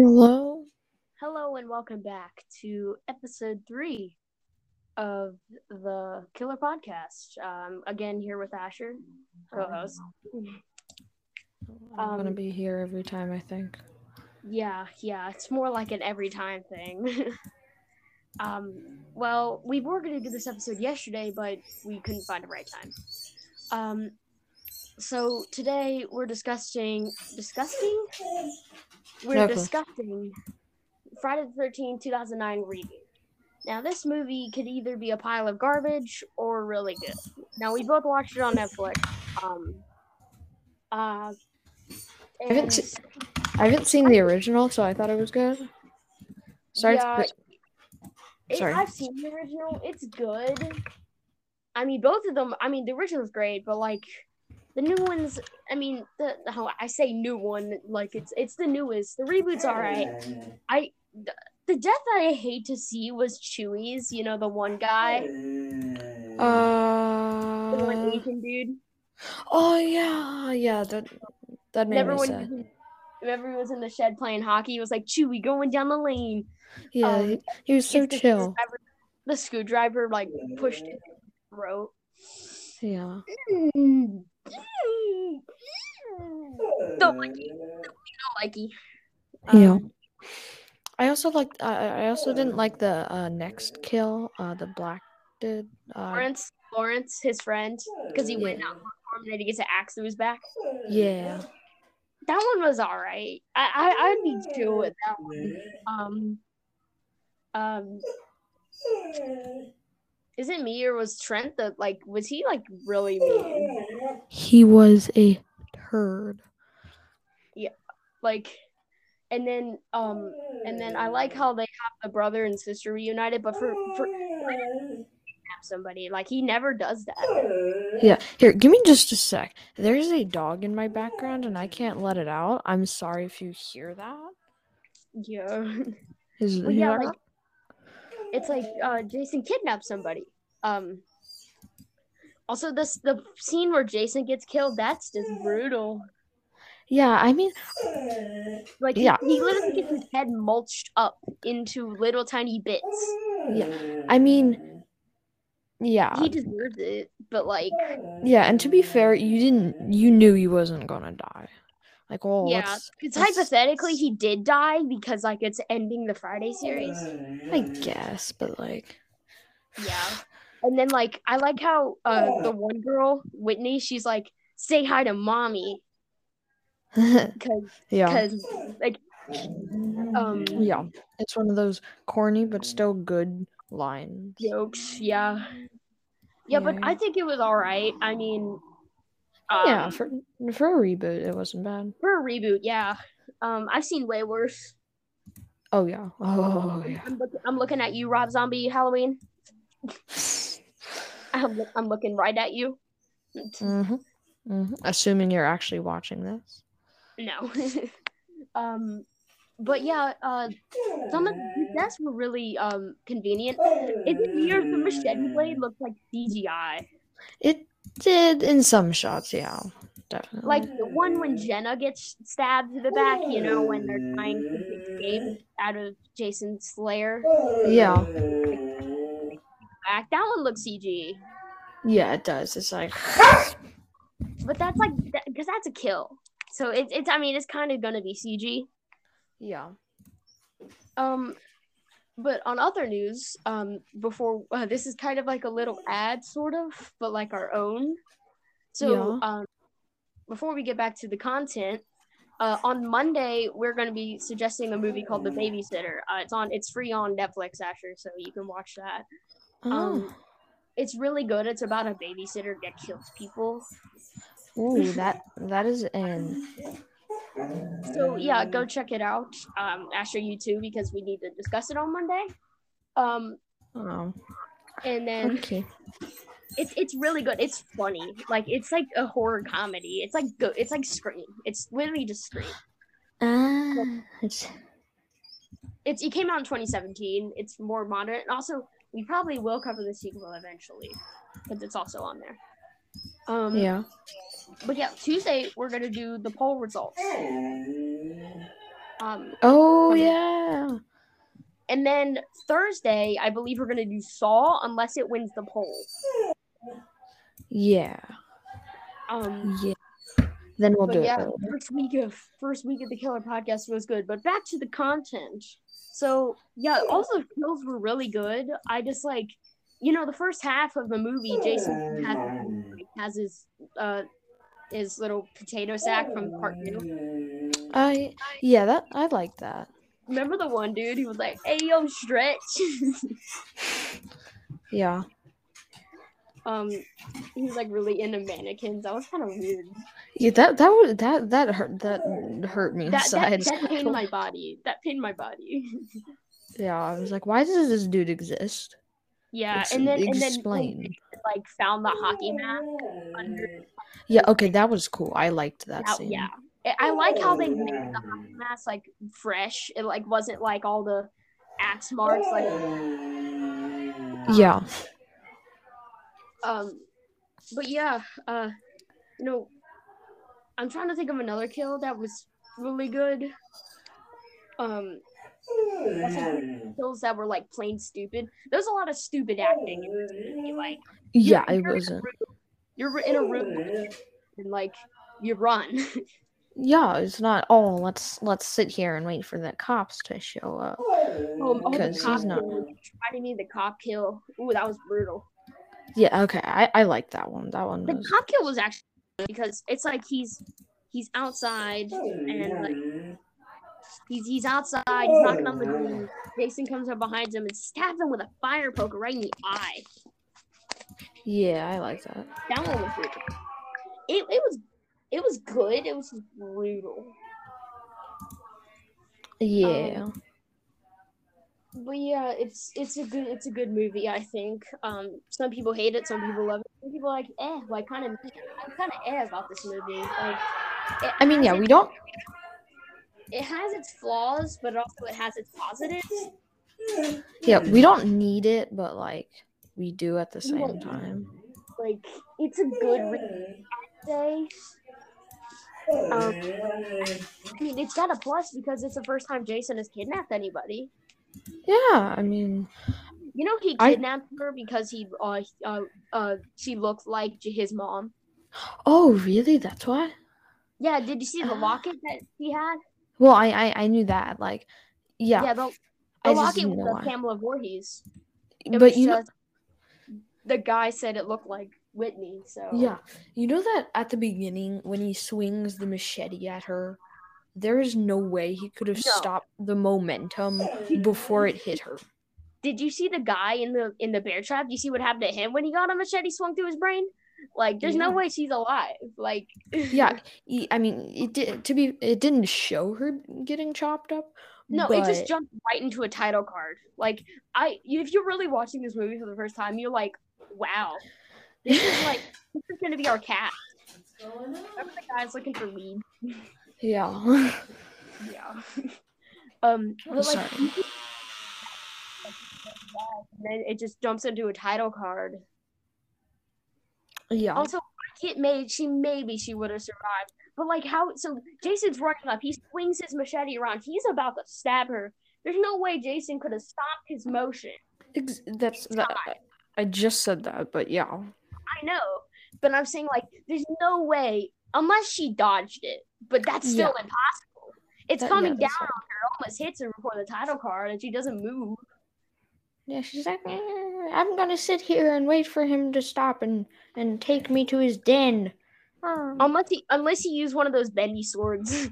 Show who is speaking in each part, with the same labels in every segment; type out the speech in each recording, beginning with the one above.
Speaker 1: Hello.
Speaker 2: Hello and welcome back to episode three of the Killer Podcast. Um, again, here with Asher, co-host.
Speaker 1: I'm gonna
Speaker 2: Um,
Speaker 1: be here every time. I think.
Speaker 2: Yeah, yeah, it's more like an every time thing. um, well, we were gonna do this episode yesterday, but we couldn't find the right time. Um, so today we're discussing discussing we're
Speaker 1: Exactly.
Speaker 2: discussing Friday the 13th, 2009 reboot. Now, this movie could either be a pile of garbage or really good. Now, we both watched it on Netflix. Um, uh,
Speaker 1: haven't
Speaker 2: and-
Speaker 1: se- I haven't seen the original, so I thought it was good. Sorry.
Speaker 2: Yeah,
Speaker 1: but-
Speaker 2: It-
Speaker 1: Sorry.
Speaker 2: I've seen the original. It's good. I mean, both of them. I mean, the original's great, but like the new ones. I mean, the how I say new one, like it's it's the newest. The reboot's all right. I the, the death I hate to see was Chewie's. You know, the one guy, the one
Speaker 1: Uh,
Speaker 2: Asian dude.
Speaker 1: oh yeah, yeah. That that made
Speaker 2: Remember
Speaker 1: me
Speaker 2: when?
Speaker 1: sad.
Speaker 2: he- Remember he was in the shed playing hockey. He was like Chewie going down the lane.
Speaker 1: Yeah,
Speaker 2: um,
Speaker 1: he, he was so
Speaker 2: It's the
Speaker 1: chill.
Speaker 2: screwdriver- The screwdriver like pushed his throat.
Speaker 1: Yeah.
Speaker 2: Don't like you. Don't like you.
Speaker 1: Yeah.
Speaker 2: Um,
Speaker 1: I also liked. I I- I also didn't like the uh, next kill. Uh, the black dude. Uh,
Speaker 2: Lawrence, Lawrence, his friend, because he went
Speaker 1: Yeah.
Speaker 2: out for him and then he gets an axe to his back.
Speaker 1: yeah.
Speaker 2: That one was all right. I, I I'd be chill with that one. Um, um, is it me or was Trent the like? Was he like really mean?
Speaker 1: He was a turd.
Speaker 2: Like, and then um, and then I like how they have the brother and sister reunited, but for for somebody like he never does that.
Speaker 1: Yeah. Here, give me just a sec. There's a dog in my background and I can't let it out. I'm sorry if you hear that.
Speaker 2: Yeah.
Speaker 1: Is
Speaker 2: Well,
Speaker 1: is
Speaker 2: yeah,
Speaker 1: that
Speaker 2: like- it's like uh, Jason kidnaps somebody. Um. Also, this the scene where Jason gets killed—that's just brutal.
Speaker 1: yeah, I mean,
Speaker 2: Like, he-
Speaker 1: Yeah.
Speaker 2: he, literally gets his head mulched up into little tiny bits.
Speaker 1: I mean, yeah,
Speaker 2: He deserves it, but like,
Speaker 1: yeah. And to be fair, you didn't, you knew he wasn't gonna die. Like, oh,
Speaker 2: yeah,
Speaker 1: let's-
Speaker 2: because
Speaker 1: that's-
Speaker 2: hypothetically he did die because like it's ending the Friday series.
Speaker 1: I guess, but like,
Speaker 2: Yeah, and then like I like how uh, the one girl Whitney, she's like, "Say hi to mommy,"
Speaker 1: yeah,
Speaker 2: because
Speaker 1: yeah,
Speaker 2: because like um
Speaker 1: It's one of those corny but still good lines.
Speaker 2: jokes. Yeah. Yeah, but
Speaker 1: Yeah.
Speaker 2: I think it was all right. I mean, um,
Speaker 1: Yeah, for for a reboot, it wasn't bad.
Speaker 2: for a reboot, yeah. Um, I've seen way worse.
Speaker 1: Oh yeah, oh yeah.
Speaker 2: I'm, look- I'm looking at you, Rob Zombie Halloween. I'm, look- I'm looking right at you. Mm-hmm.
Speaker 1: hmm hmm Assuming you're actually watching this.
Speaker 2: No. um, but yeah, uh, some of the deaths were really um convenient. Is it weird the machete blade looked like CGI?
Speaker 1: It did in some shots, yeah, definitely.
Speaker 2: Like the one when Jenna gets stabbed to the back, you know, when they're trying to escape out of Jason's lair.
Speaker 1: yeah.
Speaker 2: back. That one looks CG,
Speaker 1: Yeah, it does. It's like
Speaker 2: but that's like because that's a kill. So it's it's I mean it's kind of gonna be CG.
Speaker 1: yeah.
Speaker 2: Um, but on other news, um, before uh, this is kind of like a little ad, sort of, but like our own. So um, before we get back to the content. Uh, on Monday, we're going to be suggesting a movie called The Babysitter. Uh, it's on, it's free on Netflix, Asher, so you can watch that.
Speaker 1: Oh.
Speaker 2: Um, It's really good. It's about a babysitter that kills people.
Speaker 1: Ooh, that that is an
Speaker 2: So yeah, go check it out. Um, Asher, you too, because we need to discuss it on Monday. Um,
Speaker 1: oh
Speaker 2: and then
Speaker 1: okay.
Speaker 2: it's it's really good. It's funny. Like it's like a horror comedy. It's like go. It's like Scream. It's literally just Scream.
Speaker 1: Ah,
Speaker 2: It's it came out in 2017. It's more modern. And also, we probably will cover the sequel eventually, because it's also on there. Um,
Speaker 1: yeah.
Speaker 2: But yeah, Tuesday we're gonna do the poll results. Um,
Speaker 1: Oh
Speaker 2: Okay.
Speaker 1: yeah.
Speaker 2: and then Thursday, I believe we're gonna do Saw unless it wins the poll.
Speaker 1: Yeah.
Speaker 2: Um,
Speaker 1: Yeah. Then we'll
Speaker 2: but
Speaker 1: do
Speaker 2: yeah,
Speaker 1: it. later.
Speaker 2: first week of first week of the Killer podcast was good. But back to the content. So yeah, all the kills were really good. I just like, you know, the first half of the movie, Jason has, has his uh his little potato sack from part two.
Speaker 1: I yeah, that I like that.
Speaker 2: Remember the one dude who was like, "Hey yo, stretch."
Speaker 1: Yeah.
Speaker 2: um he was like really into mannequins that was kind of weird
Speaker 1: Yeah, that that was that that hurt that hurt me
Speaker 2: that, that,
Speaker 1: inside.
Speaker 2: that pinned my body that pinned my body
Speaker 1: yeah, I was like, why does this dude exist?
Speaker 2: yeah
Speaker 1: Ex-
Speaker 2: and then and then
Speaker 1: explain.
Speaker 2: like found the hockey mask under
Speaker 1: yeah, okay, that was cool. I liked that
Speaker 2: that,
Speaker 1: scene.
Speaker 2: yeah I- i like how they made the hockey mask like fresh it like wasn't like all the axe marks like
Speaker 1: Yeah.
Speaker 2: um but yeah uh you know i'm trying to think of another kill that was really good um kills that were like plain stupid. There's a lot of stupid acting in this movie. Like
Speaker 1: Yeah,
Speaker 2: you're
Speaker 1: it
Speaker 2: in a
Speaker 1: wasn't.
Speaker 2: room- You're in a room and like you run.
Speaker 1: Yeah, it's not. Oh, let's let's sit here and wait for the cops to show up.
Speaker 2: Oh, oh, the
Speaker 1: Because he's
Speaker 2: cop
Speaker 1: not-
Speaker 2: kill. Reminded me of the cop kill. Ooh, that was brutal.
Speaker 1: Yeah, okay, I I like that one. That one
Speaker 2: The
Speaker 1: was.
Speaker 2: cop kill was actually good because it's like he's he's outside. He's he's outside. He's knocking on the door. Jason comes up behind him and stabs him with a fire poker right in the eye.
Speaker 1: Yeah, I like that.
Speaker 2: That one was brutal. It it was it was good. It was brutal.
Speaker 1: Yeah.
Speaker 2: but yeah, it's it's a good it's a good movie. I think. Um, some people hate it, some people love it. Some people are like eh, like kind of I'm kind of eh about this movie. Like, it
Speaker 1: I mean,
Speaker 2: has
Speaker 1: yeah,
Speaker 2: it-
Speaker 1: we don't.
Speaker 2: It has its flaws, but also it has its positives.
Speaker 1: Yeah, we don't need it, but like we do at the same
Speaker 2: don't-
Speaker 1: time.
Speaker 2: Like, it's a good read, I'd say. Um, I mean, it's got a plus because it's the first time Jason has kidnapped anybody.
Speaker 1: Yeah, I mean,
Speaker 2: You know, he
Speaker 1: I-
Speaker 2: kidnapped her because he uh, uh uh she looked like j- his mom.
Speaker 1: oh really? That's why.
Speaker 2: Yeah, did you see the
Speaker 1: Ah.
Speaker 2: locket that he had?
Speaker 1: Well, I I, I knew that. Like, yeah,
Speaker 2: yeah the,
Speaker 1: I
Speaker 2: the
Speaker 1: just
Speaker 2: locket
Speaker 1: didn't
Speaker 2: was
Speaker 1: know
Speaker 2: the
Speaker 1: why.
Speaker 2: Pamela Voorhees. It
Speaker 1: but
Speaker 2: was
Speaker 1: you know,
Speaker 2: just- the guy said it looked like Whitney. So
Speaker 1: yeah, you know that at the beginning when he swings the machete at her, there is no way he could have
Speaker 2: No.
Speaker 1: stopped the momentum before it hit her.
Speaker 2: Did you see the guy in the in the bear trap? You see what happened to him when he got a machete swung through his brain? Like, there's no
Speaker 1: Yeah.
Speaker 2: way she's alive. Like,
Speaker 1: Yeah, he, I mean, it did to be. It didn't show her getting chopped up.
Speaker 2: no, it just
Speaker 1: but-
Speaker 2: jumped right into a title card. Like, I if you're really watching this movie for the first time, you're like, wow, this is like this is gonna be our cat. Remember the guy's looking for leads?
Speaker 1: yeah.
Speaker 2: Yeah. um, but like,
Speaker 1: Sorry.
Speaker 2: then it just jumps into a title card.
Speaker 1: Yeah.
Speaker 2: Also, it made she maybe she would have survived, but like how? So Jason's running up. He swings his machete around. He's about to stab her. There's no way Jason could have stopped his motion.
Speaker 1: Ex- that's that. I just said that, but yeah.
Speaker 2: I know, but I'm saying like there's no way unless she dodged it. But that's still impossible. It's
Speaker 1: That- yeah,
Speaker 2: coming down
Speaker 1: that's hard.
Speaker 2: on her. Almost hits her before the title card, and she doesn't move.
Speaker 1: Yeah, she's like, "Eh, I'm gonna sit here and wait for him to stop and and take me to his den. Oh,
Speaker 2: Unless he unless he used one of those bendy swords.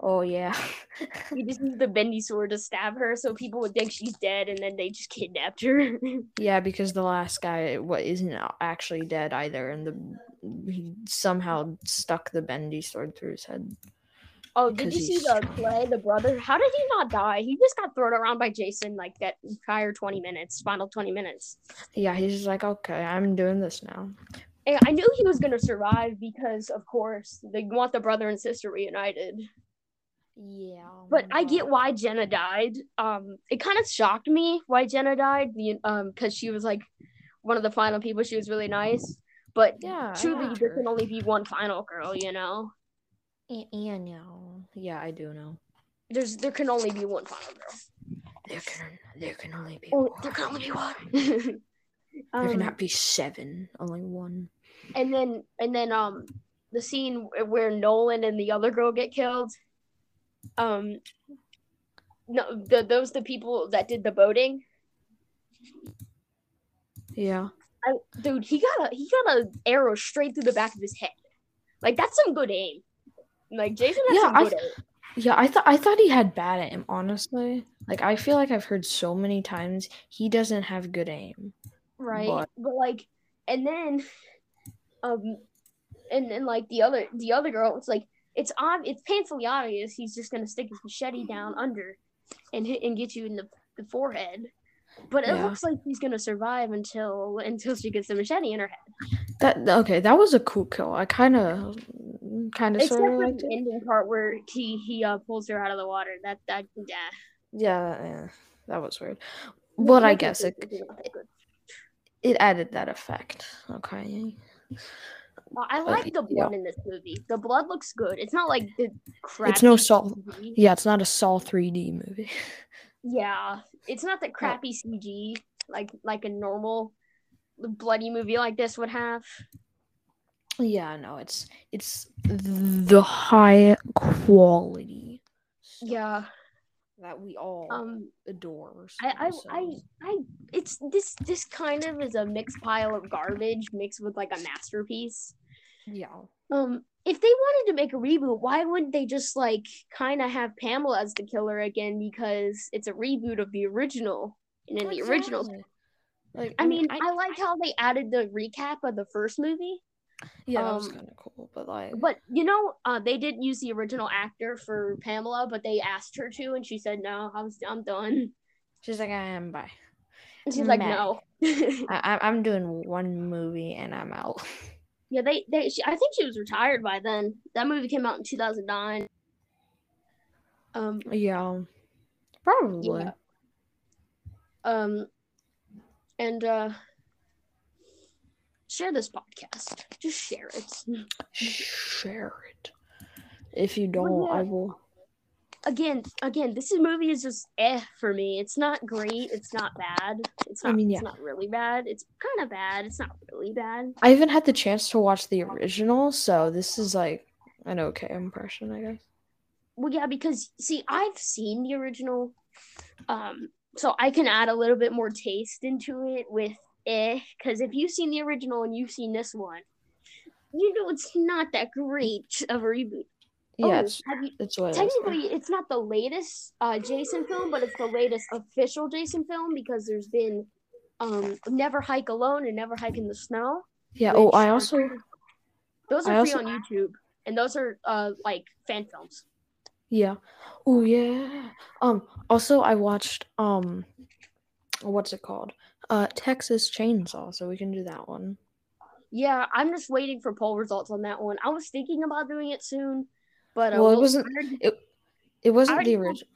Speaker 1: oh yeah.
Speaker 2: he just used the bendy sword to stab her, so people would think she's dead, and then they just kidnapped her.
Speaker 1: Yeah, because the last guy eh, what isn't a- actually dead either, and the he somehow stuck the bendy sword through his head.
Speaker 2: Oh, did you
Speaker 1: Because
Speaker 2: see
Speaker 1: he's
Speaker 2: the
Speaker 1: strong.
Speaker 2: Clay, the brother? How did he not die? He just got thrown around by Jason like that entire 20 minutes, final 20 minutes.
Speaker 1: Yeah, he's just like, okay, I'm doing this now.
Speaker 2: And I knew he was going to survive because, of course, they want the brother and sister reunited.
Speaker 1: Yeah.
Speaker 2: But I get why Jenna died. Um, it kind of shocked me why Jenna died. The um, because she was like one of the final people. She was really nice, but
Speaker 1: Yeah.
Speaker 2: truly there can only be one final girl, you know.
Speaker 1: Yeah, I know. Yeah, I do know.
Speaker 2: there's there can only be one final girl.
Speaker 1: There can there can only be
Speaker 2: Oh,
Speaker 1: one.
Speaker 2: there can only be one.
Speaker 1: There
Speaker 2: um,
Speaker 1: cannot be seven, only one.
Speaker 2: and then and then um the scene where Nolan and the other girl get killed. Um, no, the, those the people that did the boating.
Speaker 1: Yeah.
Speaker 2: I, dude, he got a he got a arrow straight through the back of his head. Like that's some good aim. Like Jason has
Speaker 1: Yeah,
Speaker 2: some
Speaker 1: I-
Speaker 2: good aim.
Speaker 1: Yeah, I thought I thought he had bad aim, honestly. Like I feel like I've heard so many times he doesn't have good aim.
Speaker 2: right but,
Speaker 1: But-
Speaker 2: like and then um and then like the other the other girl it's like it's ob- it's painfully obvious he's just gonna stick his machete down under and hit and get you in the, the forehead but it
Speaker 1: Yeah.
Speaker 2: looks like he's gonna survive until until she gets the machete in her head
Speaker 1: That okay, that was a cool kill. I kinda kinda
Speaker 2: except
Speaker 1: sorta
Speaker 2: for
Speaker 1: liked
Speaker 2: the
Speaker 1: it.
Speaker 2: ending part where he he uh, pulls her out of the water that that yeah
Speaker 1: Yeah, yeah, that was weird. But I
Speaker 2: Like,
Speaker 1: guess it
Speaker 2: it's not that good.
Speaker 1: it added that effect. Okay.
Speaker 2: Uh, I like the
Speaker 1: yeah.
Speaker 2: blood in this movie. The blood looks good. It's not like the crap.
Speaker 1: It's no salt.
Speaker 2: movie.
Speaker 1: Yeah, it's not a Saw 3D movie.
Speaker 2: Yeah, it's not that crappy CG like like a normal bloody movie like this would have.
Speaker 1: Yeah, no, it's it's the high quality stuff
Speaker 2: Yeah.
Speaker 1: that we all
Speaker 2: Um.
Speaker 1: adore.
Speaker 2: I
Speaker 1: so-
Speaker 2: I I, I it's this this kind of is a mixed pile of garbage mixed with like a masterpiece.
Speaker 1: yeah,
Speaker 2: Um. If they wanted to make a reboot, why wouldn't they just like kind of have Pamela as the killer again because it's a reboot of the original? And in the original,
Speaker 1: Exactly. Like
Speaker 2: I mean, I, like how they added the recap of the first movie.
Speaker 1: yeah, that was
Speaker 2: um,
Speaker 1: kind of cool, but like
Speaker 2: But you know, uh, they didn't use the original actor for Pamela, but they asked her to, and she said, "No, I'm I'm done."
Speaker 1: she's like, I am bye.
Speaker 2: And she's like,
Speaker 1: Meh.
Speaker 2: "No."
Speaker 1: I, I I'm doing one movie and I'm out.
Speaker 2: yeah, they they. She, I think she was retired by then. That movie came out in 2009. Um,
Speaker 1: yeah, probably.
Speaker 2: Yeah. um, and uh, share this podcast. Just share it.
Speaker 1: Share it. If you
Speaker 2: Well,
Speaker 1: don't, I
Speaker 2: yeah.
Speaker 1: will.
Speaker 2: Again, again, this movie is just eh for me. It's not great. It's not bad. It's
Speaker 1: I
Speaker 2: not.
Speaker 1: mean, yeah.
Speaker 2: It's not really bad. It's kind of bad. It's not really bad.
Speaker 1: I haven't had the chance to watch the original, so this is like an okay impression, I guess.
Speaker 2: Well, yeah, because see, I've seen the original, um, so I can add a little bit more taste into it with eh. Because if you've seen the original and you've seen this one, you know it's not that great of a reboot. Oh,
Speaker 1: Yeah, it's
Speaker 2: have you,
Speaker 1: it's what it is.
Speaker 2: technically it's not the latest uh, Jason film, but it's the latest official Jason film because there's been um, Never Hike Alone and Never Hike in the Snow.
Speaker 1: Yeah. Oh,
Speaker 2: which
Speaker 1: I
Speaker 2: are
Speaker 1: also
Speaker 2: free- Those
Speaker 1: I
Speaker 2: are free
Speaker 1: also-
Speaker 2: on YouTube, and those are uh, like fan films.
Speaker 1: yeah. Oh yeah. Um. Also, I watched um, what's it called? Uh, Texas Chainsaw. So we can do that one.
Speaker 2: Yeah, I'm just waiting for poll results on that one. I was thinking about doing it soon, but uh,
Speaker 1: Well, it
Speaker 2: we'll-
Speaker 1: wasn't-
Speaker 2: I already,
Speaker 1: It it wasn't
Speaker 2: already
Speaker 1: the
Speaker 2: have-
Speaker 1: original.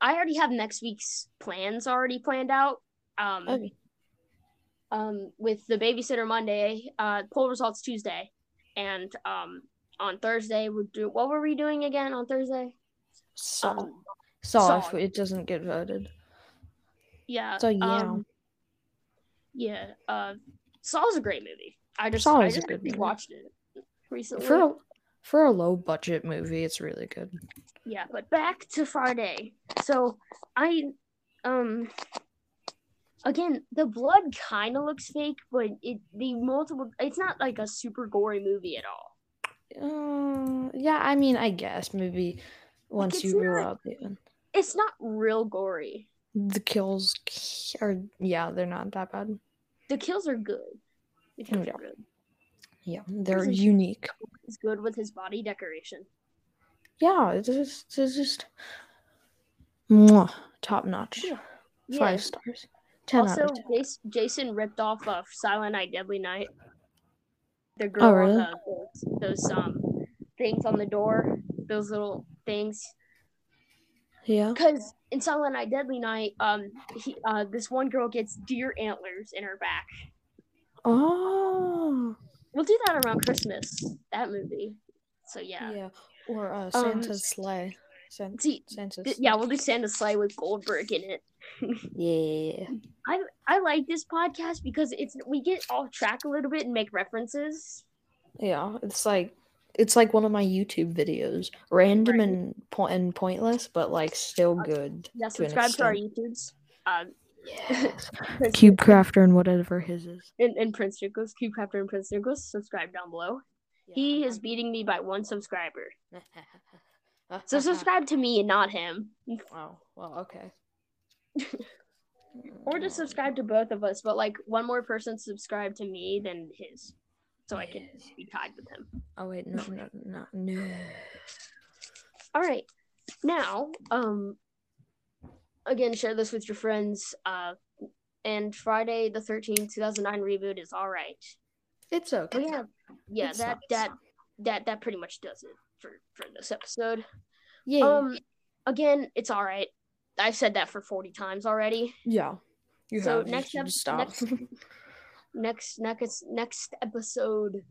Speaker 2: I already have next week's plans already planned out. Um,
Speaker 1: Okay.
Speaker 2: um, with the babysitter Monday, uh, poll results Tuesday, and um, on Thursday we're do. What were we doing again on Thursday?
Speaker 1: Saw.
Speaker 2: Um,
Speaker 1: Saw.
Speaker 2: Saw.
Speaker 1: If it doesn't get voted.
Speaker 2: yeah.
Speaker 1: So yeah.
Speaker 2: um, yeah. Uh, Saw's a great movie. I just
Speaker 1: Saw
Speaker 2: I
Speaker 1: is a
Speaker 2: just
Speaker 1: good
Speaker 2: actually
Speaker 1: movie.
Speaker 2: watched it recently.
Speaker 1: for a for a low budget movie, it's really good.
Speaker 2: Yeah, but back to Friday. So I um again the blood kind of looks fake, but it the multiple it's not like a super gory movie at all.
Speaker 1: Uh, yeah. I mean, I guess maybe once
Speaker 2: it's
Speaker 1: you rule
Speaker 2: not-
Speaker 1: out the end.
Speaker 2: It's not real gory.
Speaker 1: the kills k- are yeah they're not that bad
Speaker 2: The kills are good. The kills
Speaker 1: Yeah.
Speaker 2: are good.
Speaker 1: yeah they're
Speaker 2: Isn't-
Speaker 1: unique
Speaker 2: It's good with his body decoration.
Speaker 1: yeah it's just, it's just mwah, top notch
Speaker 2: Yeah.
Speaker 1: five
Speaker 2: Yes.
Speaker 1: stars 10
Speaker 2: also,
Speaker 1: out of 10
Speaker 2: Jas- Jason ripped off of Silent Night, Deadly Night. The girl
Speaker 1: Oh, really?
Speaker 2: on the, those, those um things on the door, those little things.
Speaker 1: yeah
Speaker 2: Because in Silent Night, Deadly Night, um, he, uh, this one girl gets deer antlers in her back.
Speaker 1: oh
Speaker 2: We'll do that around Christmas. That movie. So yeah,
Speaker 1: yeah or uh,
Speaker 2: Um,
Speaker 1: santa's sleigh San-
Speaker 2: See,
Speaker 1: Santa's.
Speaker 2: th- yeah, we'll do Santa Sleigh with Goldberg in it.
Speaker 1: Yeah.
Speaker 2: I I like this podcast because it's we get off track a little bit and make references.
Speaker 1: Yeah. It's like it's like one of my YouTube videos, random
Speaker 2: Right.
Speaker 1: and po- and pointless, but like still good.
Speaker 2: Yeah,
Speaker 1: To an
Speaker 2: subscribe to our YouTubes. Um,
Speaker 1: Yes.
Speaker 2: Prince-
Speaker 1: Cube Crafter and whatever his is.
Speaker 2: and, and Prince Nicholas, Cube Crafter, and Prince Nicholas. Subscribe down below. he is beating me by one subscriber. So subscribe to me and not him,
Speaker 1: Oh well, okay.
Speaker 2: or just subscribe to both of us. But like one more person subscribe to me than his, so I can be tied with him.
Speaker 1: Oh wait, no, no, no, no.
Speaker 2: All right. Now, um again, share this with your friends. Uh and Friday the 13th, 2009 reboot is all right.
Speaker 1: It's okay.
Speaker 2: We have yeah,
Speaker 1: It's
Speaker 2: that
Speaker 1: not- it's
Speaker 2: that
Speaker 1: not.
Speaker 2: that that pretty much does it for for this episode.
Speaker 1: yeah,
Speaker 2: Um again, it's all right. I've said that for 40 times already.
Speaker 1: yeah. You
Speaker 2: so
Speaker 1: have you
Speaker 2: next
Speaker 1: should
Speaker 2: ep-
Speaker 1: stop.
Speaker 2: next- Next next next episode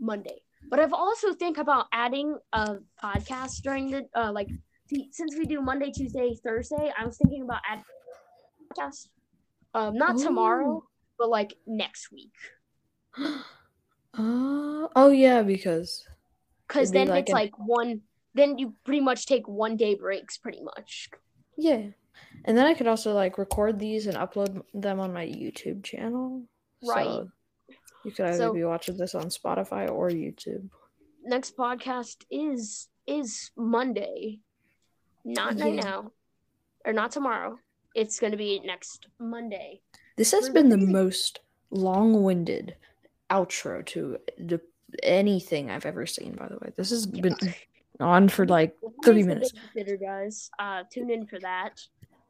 Speaker 2: Monday. But I've also think about adding a podcast during the uh like see, since we do Monday, Tuesday, Thursday, I was thinking about adding a podcast. Um not tomorrow, but like next week.
Speaker 1: uh, oh yeah, because
Speaker 2: Cuz
Speaker 1: It'd be
Speaker 2: then
Speaker 1: like
Speaker 2: it's
Speaker 1: an-
Speaker 2: like one then you pretty much take one day breaks pretty much.
Speaker 1: yeah, and then I could also like record these and upload them on my YouTube channel.
Speaker 2: Right.
Speaker 1: So you could either
Speaker 2: So-
Speaker 1: be watching this on Spotify or YouTube.
Speaker 2: Next podcast is is Monday. Not right
Speaker 1: Yeah.
Speaker 2: now. Or not tomorrow. It's going to be next Monday.
Speaker 1: This has
Speaker 2: We're
Speaker 1: been the
Speaker 2: looking-
Speaker 1: most long-winded outro to the, anything I've ever seen. By the way, this has been on for like 30
Speaker 2: Three
Speaker 1: minutes.
Speaker 2: Babysitter, guys. Uh, tune in for that.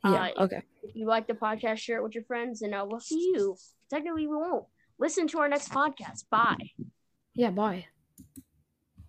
Speaker 1: yeah.
Speaker 2: Uh,
Speaker 1: okay.
Speaker 2: If you like the podcast, share it with your friends, and uh, we'll see you. Technically, we won't. Listen to our next podcast. Bye.
Speaker 1: Yeah. Bye.